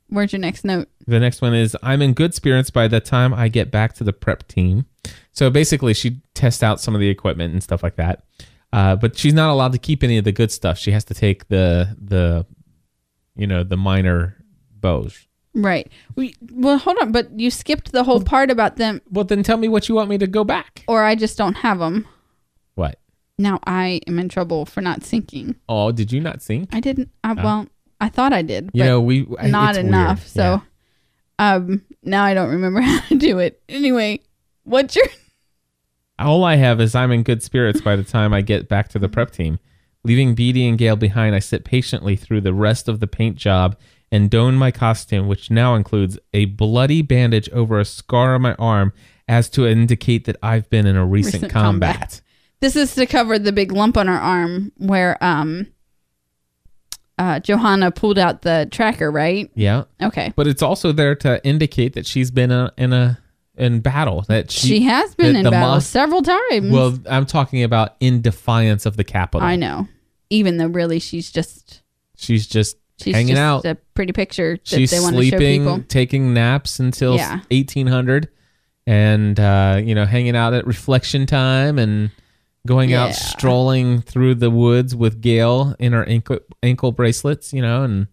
[SPEAKER 5] Where's your next note?
[SPEAKER 1] The next one is I'm in good spirits by the time I get back to the prep team. So basically, she tests out some of the equipment and stuff like that. Uh, but she's not allowed to keep any of the good stuff. She has to take the the, you know, the minor bows.
[SPEAKER 5] Right. We, well, hold on, but you skipped the whole part about them,
[SPEAKER 1] Well, then tell me what you want me to go back.
[SPEAKER 5] or I just don't have them.
[SPEAKER 1] What?
[SPEAKER 5] Now I am in trouble for not syncing.
[SPEAKER 1] Oh, did you not see?
[SPEAKER 5] I didn't. I, well, I thought I did,
[SPEAKER 1] Oh. You
[SPEAKER 5] but
[SPEAKER 1] know, we I-
[SPEAKER 5] not
[SPEAKER 1] it's weird.
[SPEAKER 5] enough.
[SPEAKER 1] Yeah.
[SPEAKER 5] So, um, now I don't remember how to do it. Anyway, what's your?
[SPEAKER 1] All I have is I'm in good spirits by the time I get back to the prep team. Leaving Beatty and Gale behind, I sit patiently through the rest of the paint job and don my costume, which now includes a bloody bandage over a scar on my arm as to indicate that I've been in a recent,
[SPEAKER 5] Recent
[SPEAKER 1] combat.
[SPEAKER 5] combat. This is to cover the big lump on her arm where um uh Johanna pulled out the tracker, right?
[SPEAKER 1] Yeah.
[SPEAKER 5] Okay.
[SPEAKER 1] But it's also there to indicate that she's been uh, in a, in, a, in battle. That she,
[SPEAKER 5] She, has been
[SPEAKER 1] that
[SPEAKER 5] in
[SPEAKER 1] the
[SPEAKER 5] battle
[SPEAKER 1] monst-
[SPEAKER 5] several times.
[SPEAKER 1] Well, I'm talking about in defiance of the capital.
[SPEAKER 5] I know. Even though really she's just
[SPEAKER 1] She's just
[SPEAKER 5] she's
[SPEAKER 1] hanging
[SPEAKER 5] just
[SPEAKER 1] out.
[SPEAKER 5] a pretty picture that
[SPEAKER 1] she's
[SPEAKER 5] they want to show people.
[SPEAKER 1] sleeping, taking naps until
[SPEAKER 5] Yeah.
[SPEAKER 1] 1800, and uh, you know, hanging out at reflection time and going
[SPEAKER 5] Yeah.
[SPEAKER 1] out strolling through the woods with Gail in her ankle ankle bracelets, you know, and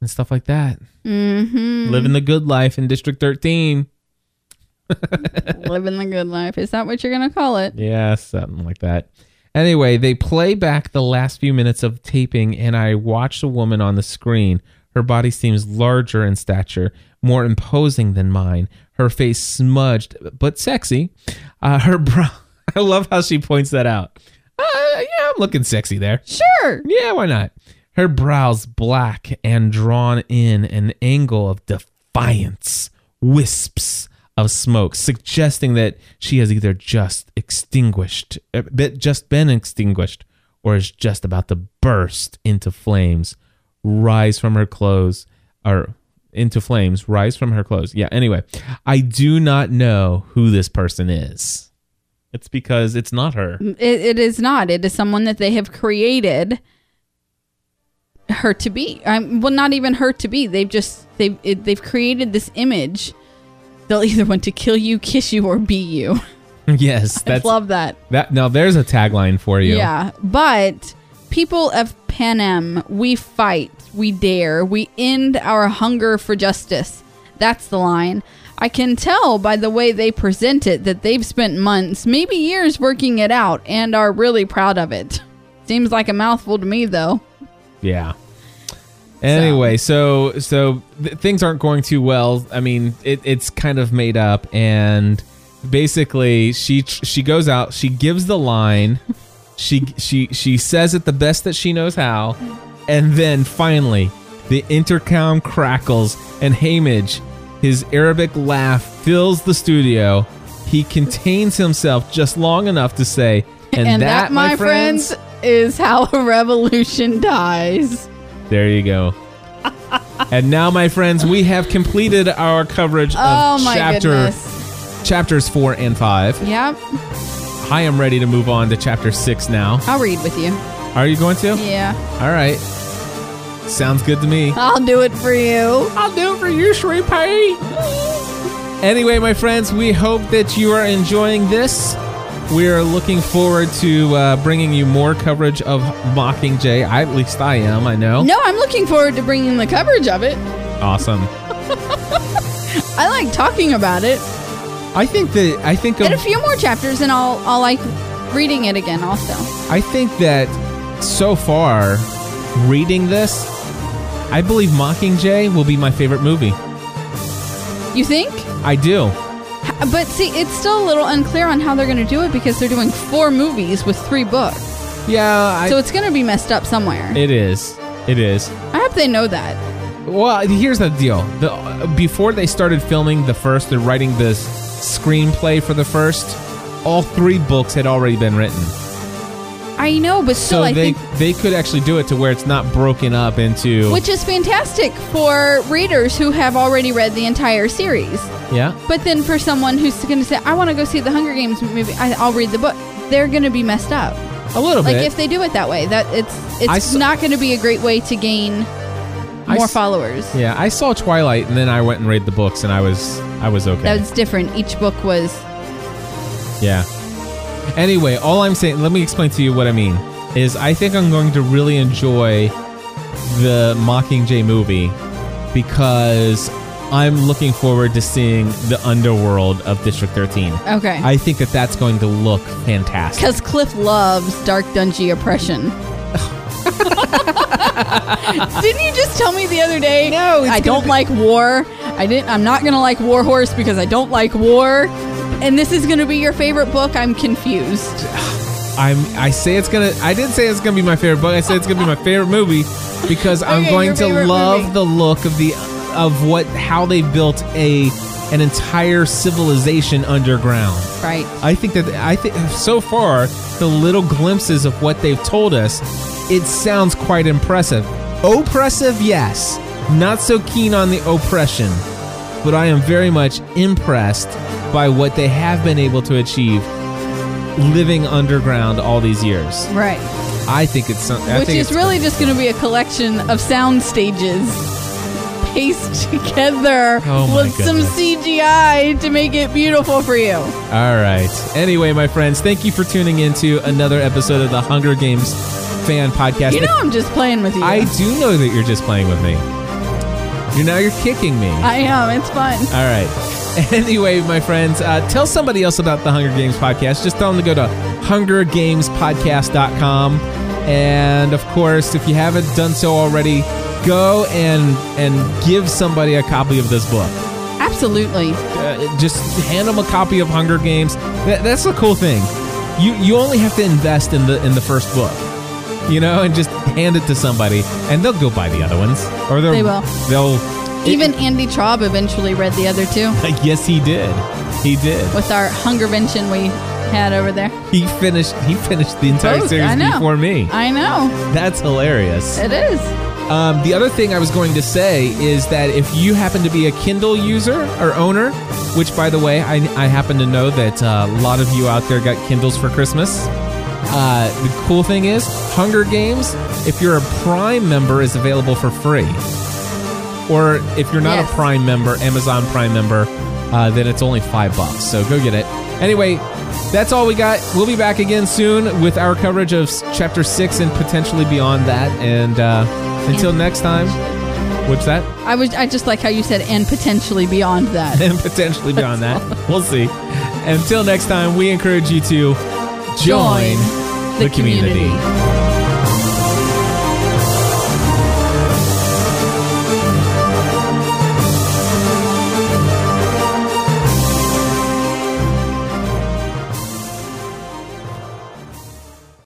[SPEAKER 1] and stuff like that. Mm-hmm. Living the good life in District 13.
[SPEAKER 5] Living the good life. Is that what you're gonna call it?
[SPEAKER 1] Yeah, something like that. Anyway, they play back the last few minutes of taping, and I watch the woman on the screen. Her body seems larger in stature, more imposing than mine. Her face smudged, but sexy. Uh, her brow. I love how she points that out. Uh, yeah, I'm looking sexy there.
[SPEAKER 5] Sure.
[SPEAKER 1] Yeah, why not? Her brows black and drawn in an angle of defiance, wisps of smoke, suggesting that she has either just extinguished, uh, be- just been extinguished, or is just about to burst into flames, rise from her clothes, or into flames, rise from her clothes. Yeah, anyway, I do not know who this person is. It's because it's not her.
[SPEAKER 5] It, it is not. It is someone that they have created her to be. I'm, well, not even her to be. They've just they've it, they've created this image. They'll either want to kill you, kiss you, or be you.
[SPEAKER 1] yes,
[SPEAKER 5] I
[SPEAKER 1] that's
[SPEAKER 5] love that.
[SPEAKER 1] That now there's a tagline for you.
[SPEAKER 5] Yeah, but people of Panem, we fight, we dare, we end our hunger for justice. That's the line. I can tell by the way they present it that they've spent months, maybe years, working it out and are really proud of it. Seems like a mouthful to me, though.
[SPEAKER 1] Yeah. Anyway, so so, th- things aren't going too well. I mean, it, it's kind of made up, and basically she tr- she goes out, she gives the line, she she she says it the best that she knows how, and then finally the intercom crackles, and Hamage, his Arabic laugh fills the studio. He contains himself just long enough to say, "And, that, my friends
[SPEAKER 5] is how a revolution dies.
[SPEAKER 1] There you go. and now, my friends, we have completed our coverage of
[SPEAKER 5] Oh my
[SPEAKER 1] chapter
[SPEAKER 5] goodness.
[SPEAKER 1] chapters four and five.
[SPEAKER 5] Yep,
[SPEAKER 1] I am ready to move on to chapter six now.
[SPEAKER 5] I'll read with you.
[SPEAKER 1] Are you going to?
[SPEAKER 5] Yeah,
[SPEAKER 1] All right. Sounds good to me.
[SPEAKER 5] I'll do it for you.
[SPEAKER 1] I'll do it for you, Shreepay. Anyway, my friends, we hope that you are enjoying this. We're looking forward to uh, bringing you more coverage of Mockingjay. I, at least I am. I know.
[SPEAKER 5] No, I'm looking forward to bringing the coverage of it.
[SPEAKER 1] Awesome.
[SPEAKER 5] I like talking about it.
[SPEAKER 1] I think that I think of
[SPEAKER 5] Get a few more chapters and I'll I'll like reading it again also.
[SPEAKER 1] I think that so far, reading this, I believe Mockingjay will be my favorite movie.
[SPEAKER 5] You think?
[SPEAKER 1] I do.
[SPEAKER 5] H- But see, it's still a little unclear on how they're going to do it because they're doing four movies with three books.
[SPEAKER 1] Yeah, I,
[SPEAKER 5] so it's going to be messed up somewhere.
[SPEAKER 1] it is. It is.
[SPEAKER 5] I hope they know that.
[SPEAKER 1] Well, here's the deal. The, before they started filming the first and writing the s- screenplay for the first, all three books had already been written.
[SPEAKER 5] I know, but still
[SPEAKER 1] So
[SPEAKER 5] I
[SPEAKER 1] they
[SPEAKER 5] think
[SPEAKER 1] they could actually do it to where it's not broken up into
[SPEAKER 5] which is fantastic for readers who have already read the entire series.
[SPEAKER 1] yeah.
[SPEAKER 5] But then for someone who's going to say, "I want to go see the Hunger Games movie. I, I'll read the book." They're going to be messed up.
[SPEAKER 1] A little
[SPEAKER 5] like
[SPEAKER 1] bit.
[SPEAKER 5] if they do it that way that it's
[SPEAKER 1] I
[SPEAKER 5] it's
[SPEAKER 1] saw-
[SPEAKER 5] not going to be a great way to gain
[SPEAKER 1] I
[SPEAKER 5] more
[SPEAKER 1] s-
[SPEAKER 5] followers
[SPEAKER 1] yeah, I saw Twilight and then I went and read the books and I was I was okay.
[SPEAKER 5] that was different each book was
[SPEAKER 1] Yeah. Anyway, all I'm saying, let me explain to you what I mean. Is I think I'm going to really enjoy the Mockingjay movie because I'm looking forward to seeing the underworld of District 13.
[SPEAKER 5] okay
[SPEAKER 1] I think that that's going to look fantastic.
[SPEAKER 5] because cliff loves dark dungy oppression didn't you just tell me the other day no i don't like war i didn't i'm not gonna like war horse because i don't like war and this is gonna be your favorite book i'm confused
[SPEAKER 1] I'm I say it's gonna I didn't say it's gonna be my favorite book. I said it's gonna be my favorite movie because I'm
[SPEAKER 5] Okay,
[SPEAKER 1] going
[SPEAKER 5] your
[SPEAKER 1] to
[SPEAKER 5] favorite
[SPEAKER 1] love
[SPEAKER 5] movie.
[SPEAKER 1] the look of the of what how they built a an entire civilization underground.
[SPEAKER 5] right
[SPEAKER 1] I think that I think so far the little glimpses of what they've told us, it sounds quite impressive. Oppressive, yes. Not so keen on the oppression, but I am very much impressed by what they have been able to achieve living underground all these years.
[SPEAKER 5] right
[SPEAKER 1] I think it's some- I
[SPEAKER 5] which
[SPEAKER 1] think
[SPEAKER 5] is
[SPEAKER 1] it's-
[SPEAKER 5] really just going to be a collection of sound stages paced together
[SPEAKER 1] Oh my
[SPEAKER 5] with
[SPEAKER 1] goodness.
[SPEAKER 5] some CGI to make it beautiful for you.
[SPEAKER 1] All right. Anyway, my friends, thank you for tuning in to another episode of the Hunger Games fan podcast.
[SPEAKER 5] You know, I'm just playing with you.
[SPEAKER 1] I do know that you're just playing with me. You're now you're kicking me.
[SPEAKER 5] I am. It's fun.
[SPEAKER 1] All right. Anyway, my friends, uh, tell somebody else about the Hunger Games podcast. Just tell them to go to hungergamespodcast.com. And of course, if you haven't done so already, go and and give somebody a copy of this book.
[SPEAKER 5] Absolutely.
[SPEAKER 1] Uh, just hand them a copy of Hunger Games. That, that's the cool thing. You you only have to invest in the in the first book. you know, and just hand it to somebody, and they'll go buy the other ones, or they'll,
[SPEAKER 5] They will.
[SPEAKER 1] They'll
[SPEAKER 5] Even Andy Traub eventually read the other two
[SPEAKER 1] It, yes, he did. He did.
[SPEAKER 5] with our hungervention we had over there.
[SPEAKER 1] He finished. He finished the entire
[SPEAKER 5] Both, Oh, I
[SPEAKER 1] series
[SPEAKER 5] know.
[SPEAKER 1] before me.
[SPEAKER 5] I know.
[SPEAKER 1] That's hilarious.
[SPEAKER 5] It is.
[SPEAKER 1] Um, the other thing I was going to say is that if you happen to be a Kindle user or owner, which by the way, I, I happen to know that uh, a lot of you out there got Kindles for Christmas. Uh, the cool thing is, Hunger Games, if you're a Prime member, is available for free. Or if you're not
[SPEAKER 5] Yes.
[SPEAKER 1] a Prime member, Amazon Prime member, uh, then it's only five bucks. So go get it. Anyway, that's all we got. We'll be back again soon with our coverage of s- Chapter 6 and potentially beyond that. And uh, until next time, what's that?
[SPEAKER 5] I was. I just like how you said, and potentially beyond that.
[SPEAKER 1] And potentially beyond that. We'll see. Until next time, we encourage you to join, the community.